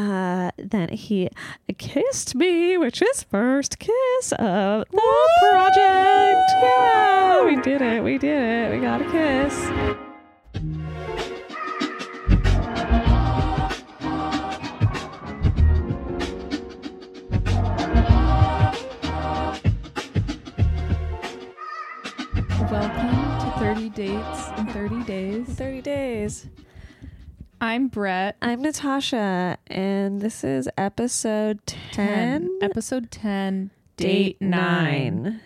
uh, then he kissed me, which is first kiss of the project. Yeah, we did it. We did it. We got a kiss. Welcome to 30 Dates in 30 Days. 30 days. I'm Brett. I'm Natasha, and this is episode 10. Episode 10, Date 9.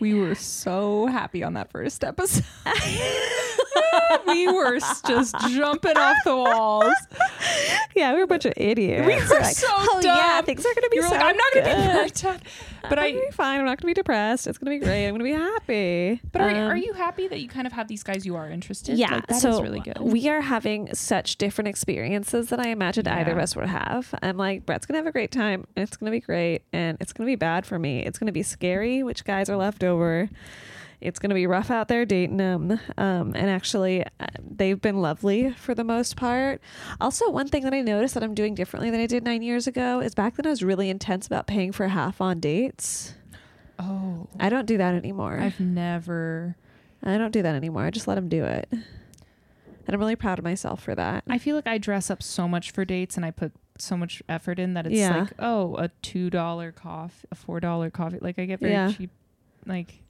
We were so happy on that first episode. we were s- just jumping off the walls. Yeah, we were a bunch of idiots. We were so oh, yeah, dumb." things are going to be You were so like, I'm not going to be good. perfect. But I'm gonna I. be fine. I'm not gonna be depressed. It's gonna be great. I'm gonna be happy. But are, Um, are you happy that you kind of have these guys you are interested? Yeah, like, that is so really good. we are having such different experiences than I imagined either of Yeah. us would have. I'm like, Brett's gonna have a great time, and it's gonna be great, and it's gonna be bad for me. It's gonna be scary, which guys are left over. It's gonna be rough out there dating them, um, and actually, uh, they've been lovely for the most part. Also, one thing that I noticed that I'm doing differently than I did nine years ago is back then I was really intense about paying for half on dates. oh, I don't do that anymore. I've never. I don't do that anymore. I just let him do it. And I'm really proud of myself for that. I feel like I dress up so much for dates and I put so much effort in that it's Yeah. like, oh, a two dollar coffee, a four dollar coffee. Like I get very Yeah. cheap. Like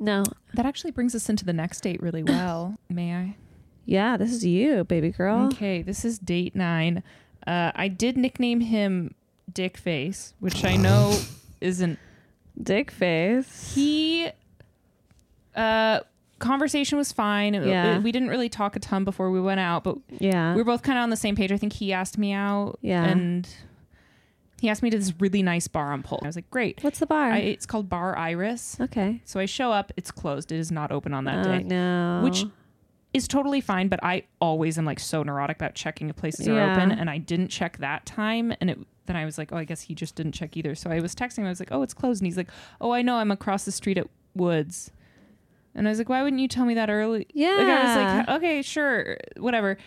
No. that actually brings us into the next date really well. May I? Yeah, this is you, baby girl. Okay, this is date nine. Uh, I did nickname him Dick Face, which I know isn't. Dick face. He. Uh, conversation was fine. It- Yeah. we didn't really talk a ton before we went out, but yeah. we were both kind of on the same page. I think he asked me out. Yeah. And he asked me to this really nice bar on Polk. I was like, great. What's the bar? I, it's called Bar Iris. okay. So I show up. It's closed. It is not open on that Oh, day, no. which is totally fine. But I always am like so neurotic about checking if places Yeah. are open. And I didn't check that time. And it, then I was like, oh, I guess he just didn't check either. So I was texting him. I was like, oh, it's closed. And he's like, oh, I know. I'm across the street at Woods. And I was like, why wouldn't you tell me that early? Yeah. Like I was like, okay, sure, whatever.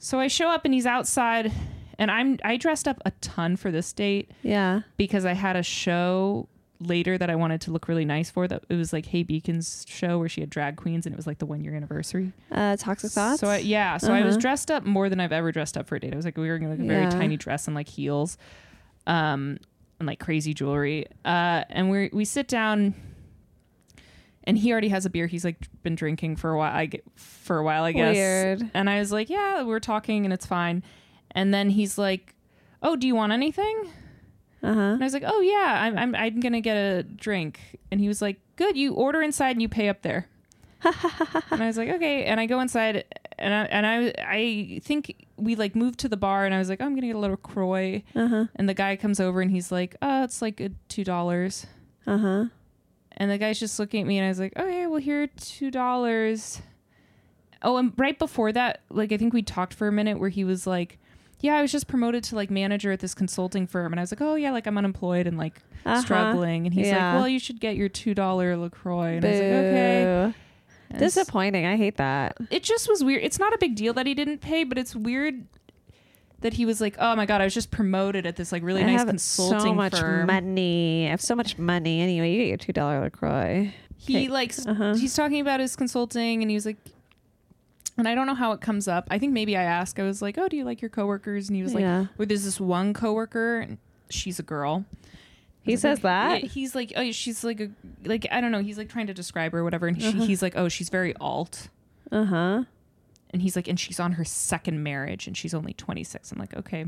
So I show up and he's outside, and I'm I dressed up a ton for this date yeah. because I had a show later that I wanted to look really nice for. That it was like Hey Beacon's show where she had drag queens, and it was like the one year anniversary. Uh, toxic thoughts. So I, yeah, so I was Uh-huh. dressed up more than I've ever dressed up for a date. I was like wearing like a very Yeah. tiny dress and like heels, um, and like crazy jewelry. Uh, and we we sit down, and he already has a beer. He's like been drinking for a while. I get, for a while, I guess. Weird. And I was like, yeah, we're talking and it's fine. And then he's like, oh, do you want anything? Uh huh. And I was like, oh yeah, I'm I'm, I'm gonna get a drink. And he was like, good, you order inside and you pay up there. and I was like, okay. And I go inside, and I and I I think we like moved to the bar, and I was like, "Oh, I'm gonna get a little croy. Uh huh. And the guy comes over, and he's like, oh, it's like a two dollars. Uh huh. And the guy's just looking at me, and I was like, okay, well here are two dollars. Oh, and right before that, like I think we talked for a minute where he was like. Yeah, I was just promoted to like manager at this consulting firm, and I was like, "Oh yeah, like I'm unemployed and like Uh-huh. struggling. And he's Yeah. like, Well, you should get your two dollar LaCroix. And Boo. I was like, Okay. And it's- Disappointing. I hate that. it just was weird. It's not a big deal that he didn't pay, but it's weird that he was like, Oh my god, I was just promoted at this like really I nice have consulting so much firm. money. I have so much money. Anyway, you get your two dollar Lacroix. He like s- Uh-huh. he's talking about his consulting and he was like and I don't know how it comes up. I think maybe I asked. I was like, "Oh, do you like your coworkers?" And he was like, Yeah. "Well, there's this one coworker, and she's a girl." He says that. Yeah, he's like, oh, she's like a like I don't know. He's like trying to describe her or whatever, and she, Uh-huh. he's like, oh, she's very alt, Uh Uh-huh. huh. and he's like, and she's on her second marriage, and she's only twenty six. I'm like, okay.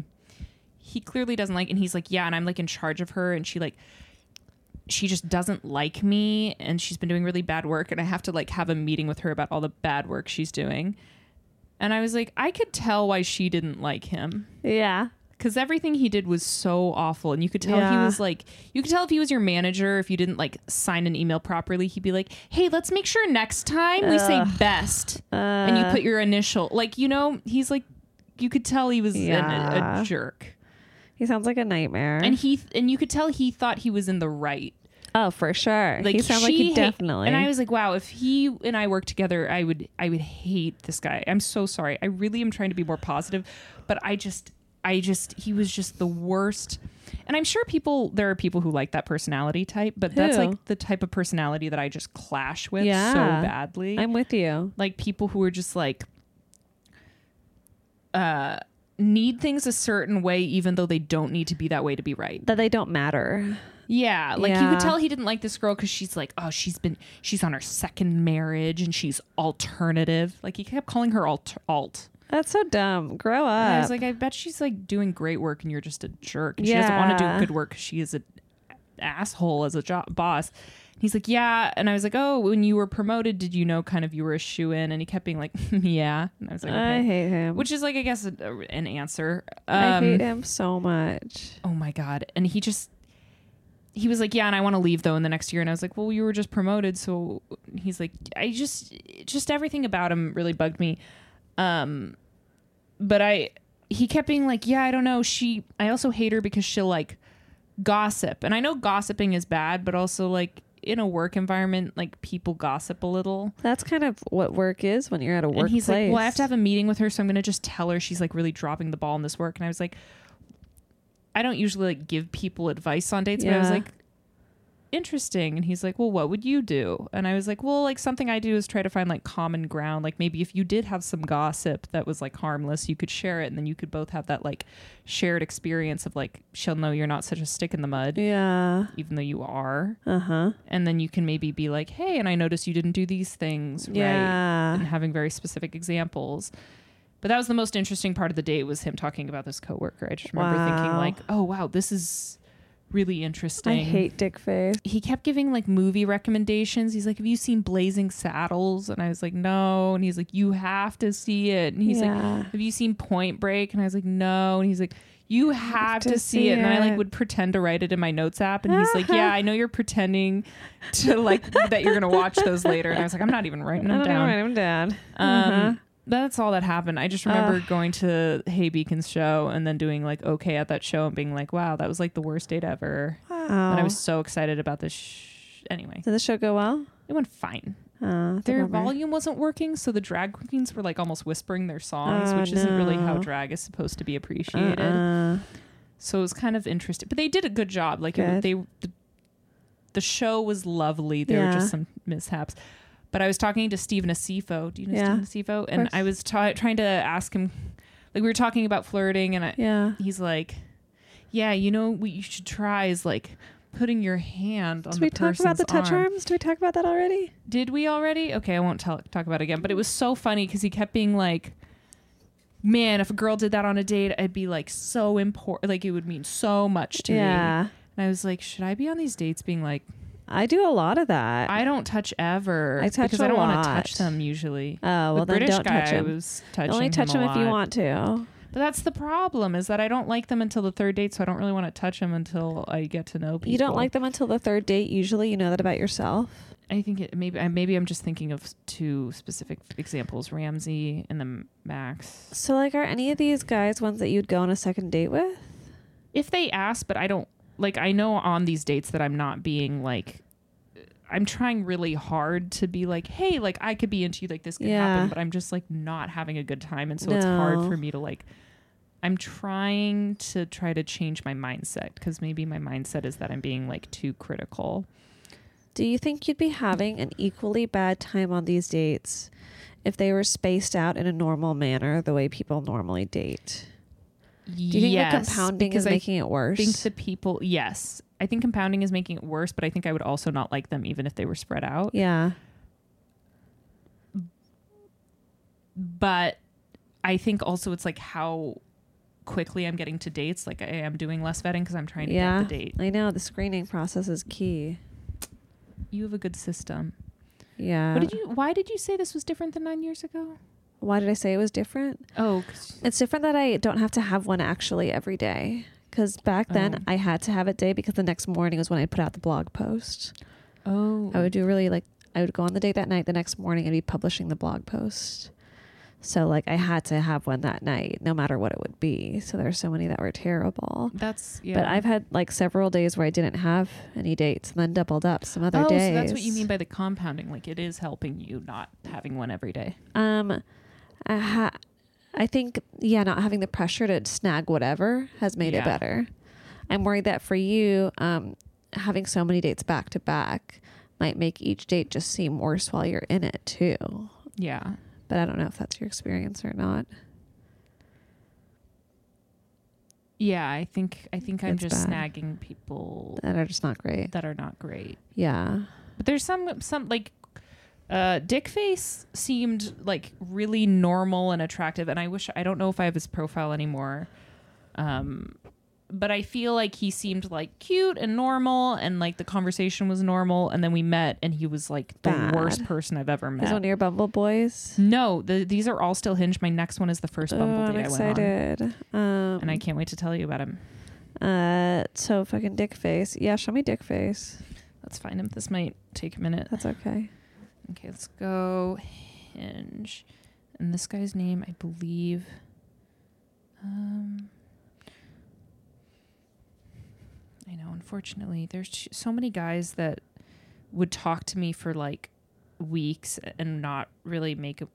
He clearly doesn't like, and he's like, yeah, and I'm like in charge of her, and she like, she just doesn't like me, and she's been doing really bad work, and I have to like have a meeting with her about all the bad work she's doing. And I was like, I could tell why she didn't like him Yeah. because everything he did was so awful and you could tell Yeah. he was like you could tell if he was your manager if you didn't like sign an email properly he'd be like hey let's make sure next time we say best and Uh. you put your initial like you know he's like you could tell he was an- a, Yeah. a jerk He sounds like a nightmare. and he and you could tell he thought he was in the right Oh, for sure. Like he sounds she like he hate- definitely. and I was like, wow, if he and I worked together, I would I would hate this guy. I'm so sorry. I really am trying to be more positive, but I just I just he was just the worst. And I'm sure people there are people who like that personality type, but that's Who? like the type of personality that I just clash with so Yeah. badly. I'm with you. like people who are just like uh need things a certain way even though they don't need to be that way to be right. That they don't matter. Yeah, like you Yeah. could tell he didn't like this girl because she's like, oh, she's been, she's on her second marriage and she's alternative. Like he kept calling her alt. alt. That's so dumb. Grow up. And I was like, I bet she's like doing great work and you're just a jerk. And She doesn't want to do Yeah. good work 'cause she is an asshole as a job boss. And he's like, yeah. And I was like, oh, when you were promoted, did you know kind of you were a shoe in? And he kept being like, yeah. And I was like, I okay. hate him. Which is like, I guess, a, a- an answer. Um, I hate him so much. oh my god and he just he was like yeah and i want to leave though in the next year and i was like well you were just promoted so he's like i just just everything about him really bugged me um but i he kept being like yeah i don't know she i also hate her because she'll like gossip and i know gossiping is bad but also like in a work environment like people gossip a little That's kind of what work is when you're at a workplace. and he's like, "Well, I have to have a meeting with her, so I'm going to just tell her she's like really dropping the ball in this work." And I was like, "I don't usually like give people advice on dates, but I was Yeah. like, interesting." And he's like, "Well, what would you do?" And I was like, "Well, like something I do is try to find like common ground. Like maybe if you did have some gossip that was like harmless, you could share it, and then you could both have that like shared experience of like she'll know you're not such a stick in the mud, Yeah. even though you are." Uh huh. And then you can maybe be like, "Hey, and I noticed you didn't do these things, right?" Yeah. and having very specific examples. But that was the most interesting part of the date was him talking about this coworker. I just remember thinking Wow. like, "Oh wow, this is really interesting." I hate dick face. he kept giving like movie recommendations. He's like, "Have you seen Blazing Saddles?" And I was like, "No." And he's like, "You have to see it." And he's Yeah. like, "Have you seen Point Break?" And I was like, "No." And he's like, "You have to, see it." And then I like it. would pretend to write it in my notes app. And he's like, "Yeah, I know you're pretending to like that you're gonna watch those later." And I was like, "I'm not even writing I them don't know. down." I'm down. Uh-huh. Um, Mm-hmm. That's all that happened. I just remember going to Hey Beacon's show and then doing like okay at that show and being like, wow, that was like the worst date ever. Wow. And I was so excited about this. Sh- anyway, Did the show go well? it went fine. Oh, that's a Their bummer. volume wasn't working, so the drag queens were like almost whispering their songs, Oh, which isn't really how no. drag is supposed to be appreciated. Uh-uh. So it was kind of interesting, but they did a good job. Like it, Good. they, the, the show was lovely. There were Yeah. just some mishaps. But I was talking to Steve Nasifo. Do you know Yeah, Steve Nasifo? And course. I was ta- trying to ask him, like we were talking about flirting, and I, Yeah. he's like, "Yeah, you know what you should try is like putting your hand on Did the we talk about the person's touch arm." arms? Did we talk about that already? Did we already? Okay, I won't tell, talk about it again. But it was so funny because he kept being like, "Man, if a girl did that on a date, I'd be like so important. Like it would mean so much to me." yeah. And I was like, should I be on these dates being like, I do a lot of that. I don't touch ever I touch because I don't want a to touch lot. them usually. oh, well, the then British don't guy touch him. was touching Only touch him, him a if you lot. want to. But that's the problem is that I don't like them until the third date, so I don't really want to touch them until I get to know people. You don't like them until the third date. Usually, you know that about yourself. I think it maybe I maybe I'm just thinking of two specific examples: Ramsey and then Max. So, like, are any of these guys ones that you'd go on a second date with? If they ask, but I don't like. I know on these dates that I'm not being like. I'm trying really hard to be like, hey, like I could be into you, like this could happen, Yeah. but I'm just like not having a good time, and so it's hard No. for me to like. I'm trying to try to change my mindset because maybe my mindset is that I'm being like too critical. Do you think you'd be having an equally bad time on these dates if they were spaced out in a normal manner, the way people normally date? Do you think the compounding is because I making it worse? think the people yes i think compounding is making it worse but i think i would also not like them even if they were spread out yeah. but i think also it's like how quickly i'm getting to dates like i am doing less vetting because i'm trying to Yeah. get the date I know. The screening process is key. you have a good system Yeah. what did you why did you say this was different than nine years ago Why did I say it was different? oh 'cause- It's different that I don't have to have one actually every day. Because back then Oh. I had to have it day because the next morning was when I'd put out the blog post. oh I would do really like I would go on the date that night. The next morning I'd be publishing the blog post. So like I had to have one that night, no matter what it would be. So there were so many that were terrible. That's yeah. But I've had like several days where I didn't have any dates and then doubled up some other oh, days. so that's what you mean by the compounding. Like it is helping you not having one every day. Um, I, ha- I think yeah, not having the pressure to snag whatever has made Yeah. it better. I'm worried that for you, um, having so many dates back to back might make each date just seem worse while you're in it too. Yeah. But I don't know if that's your experience or not. Yeah, I think I think I'm That's just bad. snagging people That are just not great. that are not great. Yeah. But there's some some like uh Dick Face seemed like really normal and attractive and I wish I don't know if I have his profile anymore. Um but I feel like he seemed like cute and normal and like the conversation was normal and then we met and he was like the Bad. worst person I've ever Is one met. of your Bumble boys? No, the, these are all still hinge. My next one is the first Bumble Oh, I'm date I went excited. Um, on, and I can't wait to tell you about him. Uh, so fucking dick face. Yeah, show me dick face. Let's find him. This might take a minute. That's okay. Okay, let's go Hinge. And this guy's name, I believe. Um, I know, unfortunately, there's sh- so many guys that would talk to me for like weeks and not really make a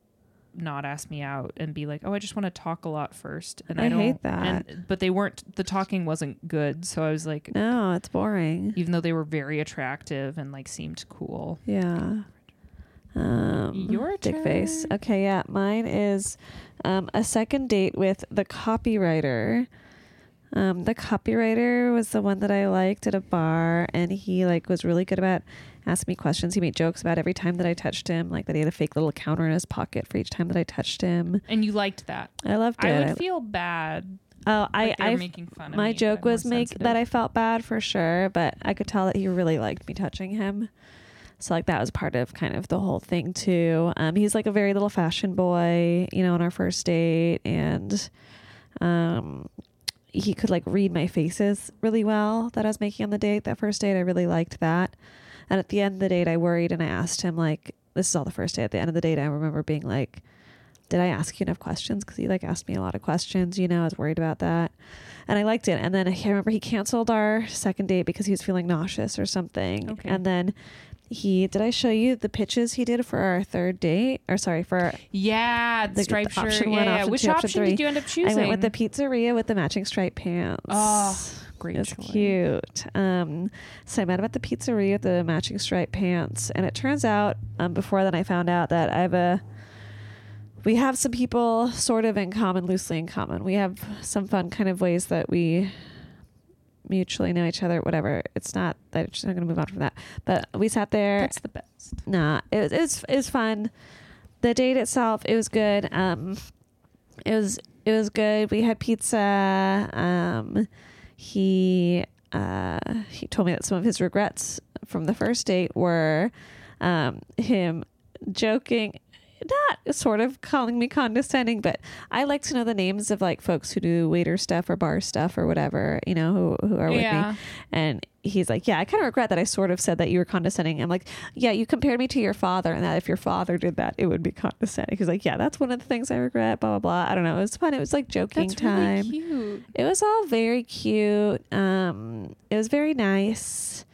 not ask me out and be like, "Oh, I just want to talk a lot first. And I, I don't hate that. And, but they weren't the talking wasn't good, so I was like No, it's boring. even though they were very attractive and like seemed cool. Yeah. Um, Your dick face. turn. Okay, yeah. Mine is um, a second date with the copywriter. Um, the copywriter was the one that I liked at a bar, and he like was really good about asking me questions. He made jokes about every time that I touched him, like that he had a fake little counter in his pocket for each time that I touched him. And you liked that. I loved it. I I- would feel bad. oh, I, like they were I making fun of my me, but joke I'm more was make that sensitive. I felt bad for sure, but I could tell that he really liked me touching him. So like that was part of kind of the whole thing too. Um, he's like a very little fashion boy, you know, on our first date, and um, he could like read my faces really well that I was making on the date. That first date, I really liked that. And at the end of the date, I worried and I asked him like, "This is all the first day." At the end of the date, I remember being like, "Did I ask you enough questions?" Because he like asked me a lot of questions. You know, I was worried about that and I liked it. And then I remember he canceled our second date because he was feeling nauseous or something. Okay. And then he did I show you the pitches he did for our third date? Or sorry, for our, Yeah, The- the the striped shirt. option yeah, one, yeah. option Which two, option option, three. did you end up I choosing? went with the pizzeria with the matching striped pants. Oh, great It's choice. cute. Um, so I met him at the pizzeria with the matching striped pants, and it turns out um, before then I found out that I have a we have some people sort of in common, loosely in common. We have some fun kind of ways that we mutually know each other. Whatever. It's not that I'm just not going to move on from that. But we sat there. That's the best. Nah, it was, it was it was fun. The date itself, it was good. Um, it was it was good. We had pizza. Um, he uh he told me that some of his regrets from the first date were, um, him joking. Not sort of calling me condescending, but I like to know the names of like folks who do waiter stuff or bar stuff or whatever, you know, who, who are with me. Yeah. And he's like, Yeah, I kind of regret that I sort of said that you were condescending. I'm like, Yeah, you compared me to your father, and that if your father did that, it would be condescending. He's like, Yeah, that's one of the things I regret, blah, blah, blah. I don't know. It was fun. It was like joking That's time. really cute. It was all very cute. Um, it was very nice.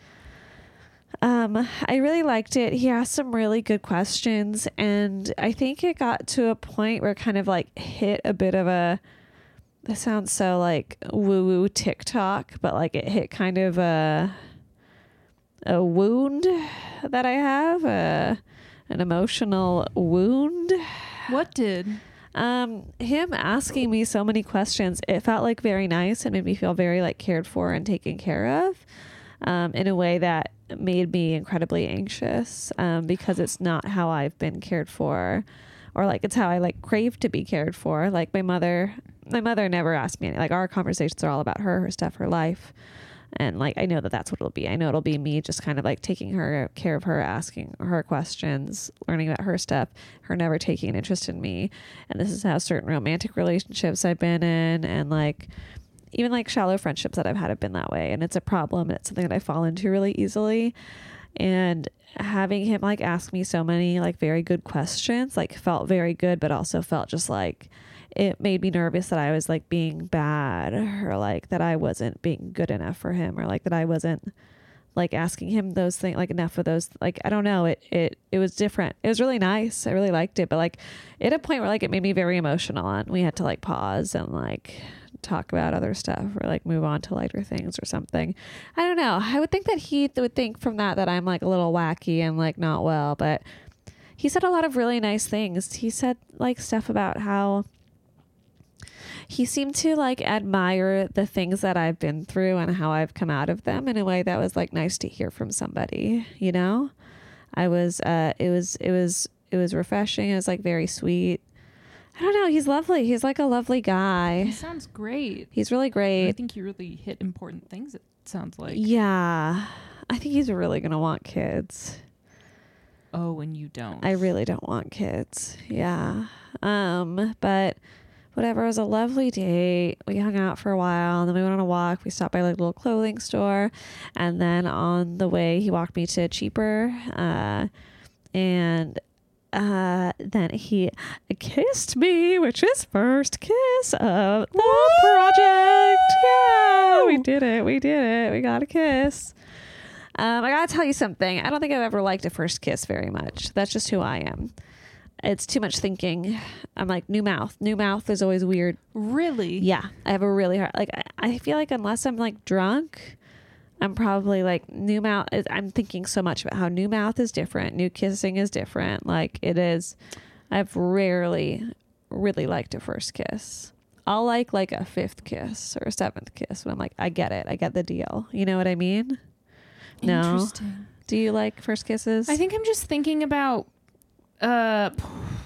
Um, I really liked it. He asked some really good questions, and I think it got to a point where it kind of like hit a bit of a. This sounds so like woo woo TikTok, but like it hit kind of a a wound that I have, a, an emotional wound. What did? Um, him asking me so many questions, it felt like very nice and made me feel very like cared for and taken care of, um, in a way that made me incredibly anxious, um, because it's not how I've been cared for, or like it's how I like crave to be cared for. Like my mother, my mother never asked me any, like our conversations are all about her, her stuff, her life. And like I know that that's what it'll be. I know it'll be me just kind of like taking her care of her, asking her questions, learning about her stuff, her never taking an interest in me. And this is how certain romantic relationships I've been in and like even like shallow friendships that I've had have been that way. And it's a problem. It's something that I fall into really easily. and having him like ask me so many like very good questions like felt very good but also felt just like it made me nervous that I was like being bad or like that I wasn't being good enough for him or like that I wasn't like asking him those things like enough of those like I don't know it it it was different it was really nice I really liked it but like at a point where like it made me very emotional and we had to like pause and like talk about other stuff or like move on to lighter things or something I don't know I would think that he th- would think from that that I'm like a little wacky and like not well but he said a lot of really nice things he said like stuff about how he seemed to like admire the things that I've been through and how I've come out of them in a way that was like nice to hear from somebody, you know? I was uh it was it was it was refreshing. It was like very sweet. I don't know, he's lovely. He's like a lovely He guy. sounds great. He's really I great. think you really hit important things. It sounds like. Yeah. I think he's really going to want kids. Oh, and you don't. I really don't want kids. Yeah. Um, but whatever, it was a lovely date. We hung out for a while and then we went on a walk. We stopped by like a little clothing store and then on the way he walked me to cheaper. Uh and uh then he kissed me, which is first kiss of the project. Yeah, we did it. We did it. We got a kiss. Um, I gotta tell you something. I don't think I've ever liked a first kiss very much. That's just who I am. It's too much thinking. I'm like new mouth. New mouth is always weird. really. Yeah, I have a really hard. Like I, I feel like unless I'm like drunk, I'm probably like new mouth. is- I'm thinking so much about how new mouth is different. New kissing is different. Like it is. I've rarely really liked a first kiss. I'll like like a fifth kiss or a seventh kiss when I'm like I get it. I get the deal. You know what I mean? No. Interesting. Do you like first kisses? I think I'm just thinking about uh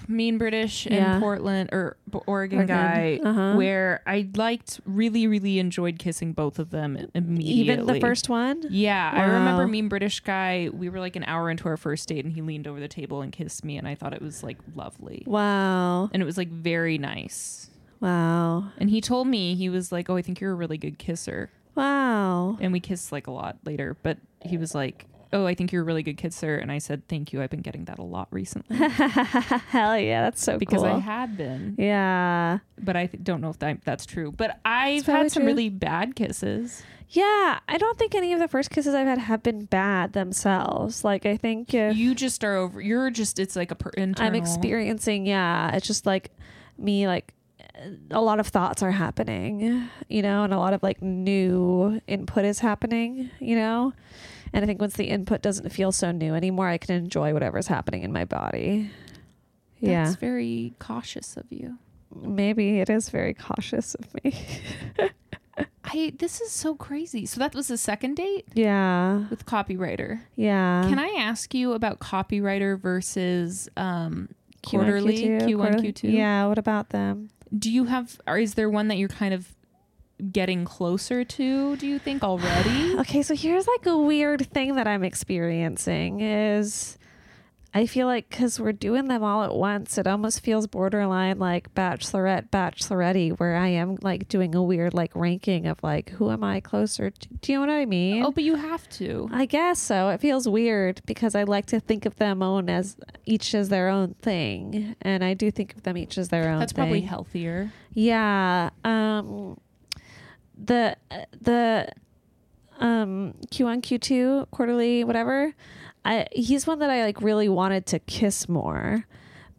Mean British Yeah. and Portland or B- Oregon, Oregon. guy Uh-huh. where I liked really really enjoyed kissing both of them immediately. even the first one. Yeah, I remember Wow. Mean British guy. We were like an hour into our first date and he leaned over the table and kissed me and I thought it was like lovely. Wow, And it was like very nice. wow, And he told me he was like, "Oh, I think you're a really good kisser." wow. And we kissed like a lot later, but he was like, "Oh, I think you're a really good kisser." And I said, "Thank you. I've been getting that a lot recently." Hell yeah, that's so because cool. I had been, yeah, but I th- don't know if that, that's true. But I've probably had some true. really bad kisses. yeah. I don't think any of the first kisses I've had have been bad themselves. Like I think if You just are over. You're just. It's like a per- internal. I'm experiencing, yeah, it's just like me, like a lot of thoughts are happening, you know, and a lot of like new input is happening, you know. And I think once the input doesn't feel so new anymore, I can enjoy whatever's happening in my body. yeah. That's very cautious of you. Maybe it is very cautious of me. I. This is so crazy. So that was the second date Yeah. with copywriter. Yeah. Can I ask you about copywriter versus um, quarterly Q1, quarterly? Q2? Yeah. What about them? Do you have? Or is there one that you're kind of getting closer to? Do you think already? Okay. So here's like a weird thing that I'm experiencing is I feel like because we're doing them all at once, it almost feels borderline like bachelorette, bachelorette, where I am like doing a weird like ranking of like, who am I closer to? Do you know what I mean? oh, but you have to. I guess so. It feels weird because I like to think of them own as each as their own thing, and I do think of them each as their own. That's probably thing. healthier. yeah. Um, the uh, the um Q1 Q2 quarterly whatever. I he's one that I like really wanted to kiss more.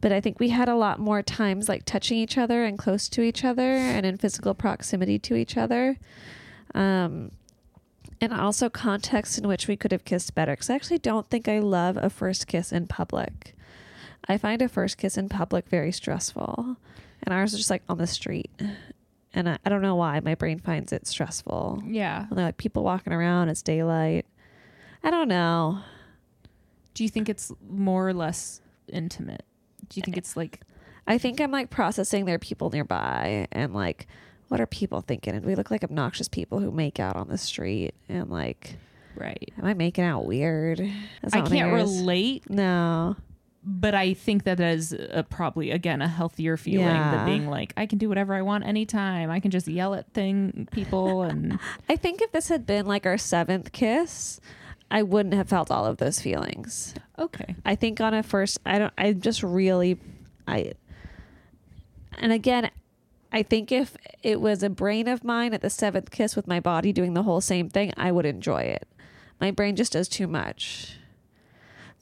But I think we had a lot more times like touching each other and close to each other and in physical proximity to each other. Um and also context in which we could have kissed better cuz I actually don't think I love a first kiss in public. I find a first kiss in public very stressful. And ours was just like on the street. And I, I don't know why my brain finds it stressful. Yeah. And they're like people walking around. It's daylight. I don't know. Do you think it's more or less intimate? Do you think it's like I think I'm like processing there are people nearby and like, what are people thinking? And we look like obnoxious people who make out on the street and like, right? am I making out weird? That's I not what can't it is. relate, No. but I think that that is a, probably again a healthier feeling Yeah. than being like I can do whatever I want anytime. I can just yell at thing people and I think if this had been like our seventh kiss, I wouldn't have felt all of those feelings. Okay. I think on a first, I don't, I just really, I, and again, I think if it was a brain of mine at the seventh kiss with my body doing the whole same thing, I would enjoy it. My brain just does too much.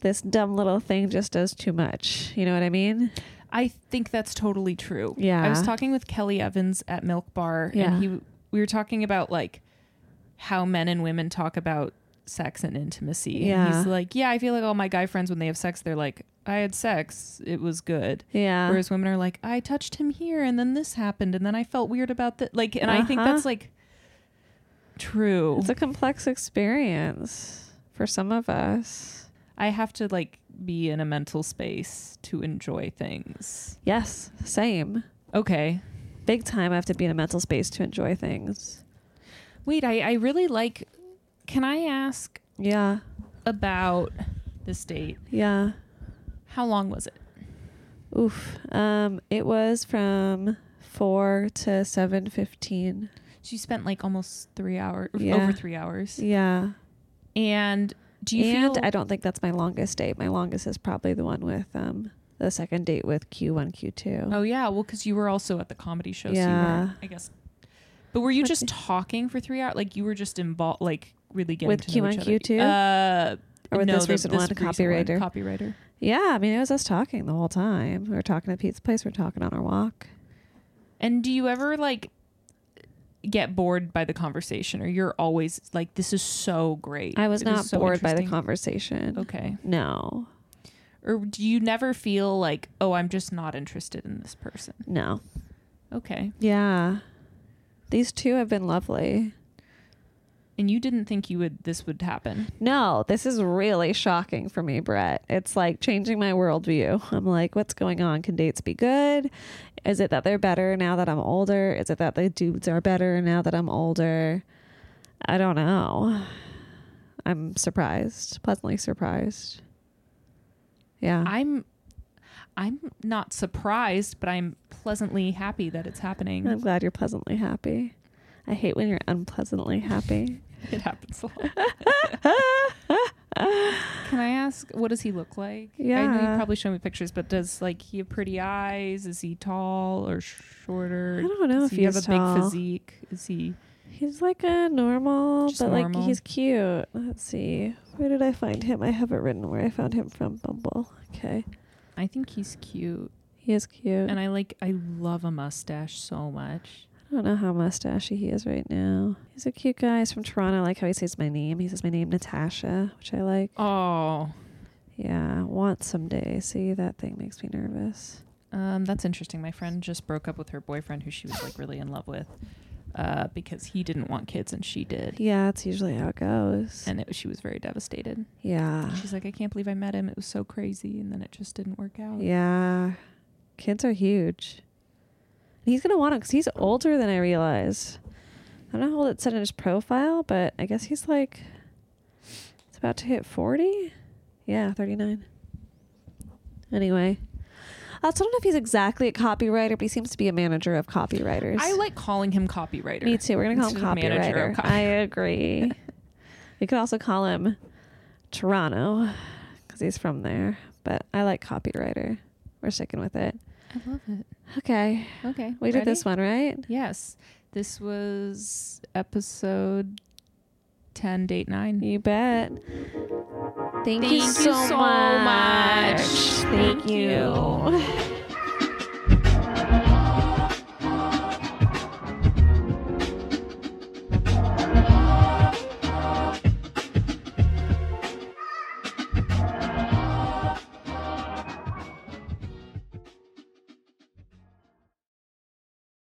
This dumb little thing just does too much. You know what I mean? I think that's totally true. Yeah. I was talking with Kelly Evans at Milk Bar Yeah. and he we were talking about like how men and women talk about sex and intimacy. And Yeah. he's like, Yeah, I feel like all my guy friends when they have sex, they're like, I had sex, it was good. Yeah. Whereas women are like, I touched him here and then this happened and then I felt weird about that. Like and I think Uh-huh. that's like true. It's a complex experience for some of us. I have to like be in a mental space to enjoy things. Yes, same. Okay. Big time, I have to be in a mental space to enjoy things. Wait, I, I really like. Can I ask Yeah, about this date? yeah. How long was it? Oof. Um, it was from four to seven fifteen. So you spent like almost three hours, Yeah. over three hours. Yeah, And do you and feel? I don't think that's my longest date. My longest is probably the one with um the second date with Q one Q two. oh yeah, well, because you were also at the comedy show. So Yeah. you were, I guess. But were you Let's just see. talking for three hours? Like you were just involved, like really getting With to know each other. Q1Q2? Uh, Or with no, this the- recent one, recent Copywriter. copywriter. Yeah, I mean it was us talking the whole time. We were talking at Pete's place. We were talking on our walk. And do you ever like get bored by the conversation, or you're always like, "This is so great." I was This is not so bored by the interesting." conversation. Okay. No, Or do you never feel like, "Oh, I'm just not interested in this person"? no. Okay. Yeah, these two have been lovely. And you didn't think you would this would happen. No, this is really shocking for me, Brett. It's like changing my worldview. I'm like, what's going on? Can dates be good? Is it that they're better now that I'm older? Is it that the dudes are better now that I'm older? I don't know. I'm surprised, pleasantly surprised. Yeah. I'm, I'm not surprised, but I'm pleasantly happy that it's I'm happening. glad you're pleasantly happy. I hate when you're unpleasantly happy. It happens a lot. Can I ask, what does he look like? I know Yeah. you probably show me pictures, but does like he have pretty eyes? Is he tall or shorter? I don't know does if he have he's a big tall. physique. Is he? He's like a normal, Just but normal. like he's cute. Let's see. Where did I find him? I have it written where I found him from Bumble. Okay. I think he's cute, He is cute. and I like. I love a mustache so much. I don't know how mustachy he is right now. He's a cute guy. He's from Toronto. I like how he says my name. He says my name, Natasha, which I like. Oh, Yeah. Want someday. See, that thing makes me nervous. um, that's interesting. My friend just broke up with her boyfriend, who she was like really in love with, uh, because he didn't want kids and she did, Yeah, that's usually how it goes. and it, she was very devastated. Yeah. She's like, I can't believe I met him. It was so crazy, and then it just didn't work out. Yeah. Kids are huge. And he's going to want it because he's older than I realized. I don't know how old it said in his profile, but I guess he's like, it's about to hit 40. Yeah, 39. Anyway. I also don't know if he's exactly a copywriter, but he seems to be a manager of copywriters. I like calling him copywriter. Me too. We're going to call him Instead of manager copywriter. of copy- I agree. we could also call him Toronto because he's from there, but I like copywriter. We're sticking with it. I love it. Okay. Okay. We did this ready? one, right? Yes. This was episode 10, date 9. You bet. Thank, Thank you so much. Thank, Thank you.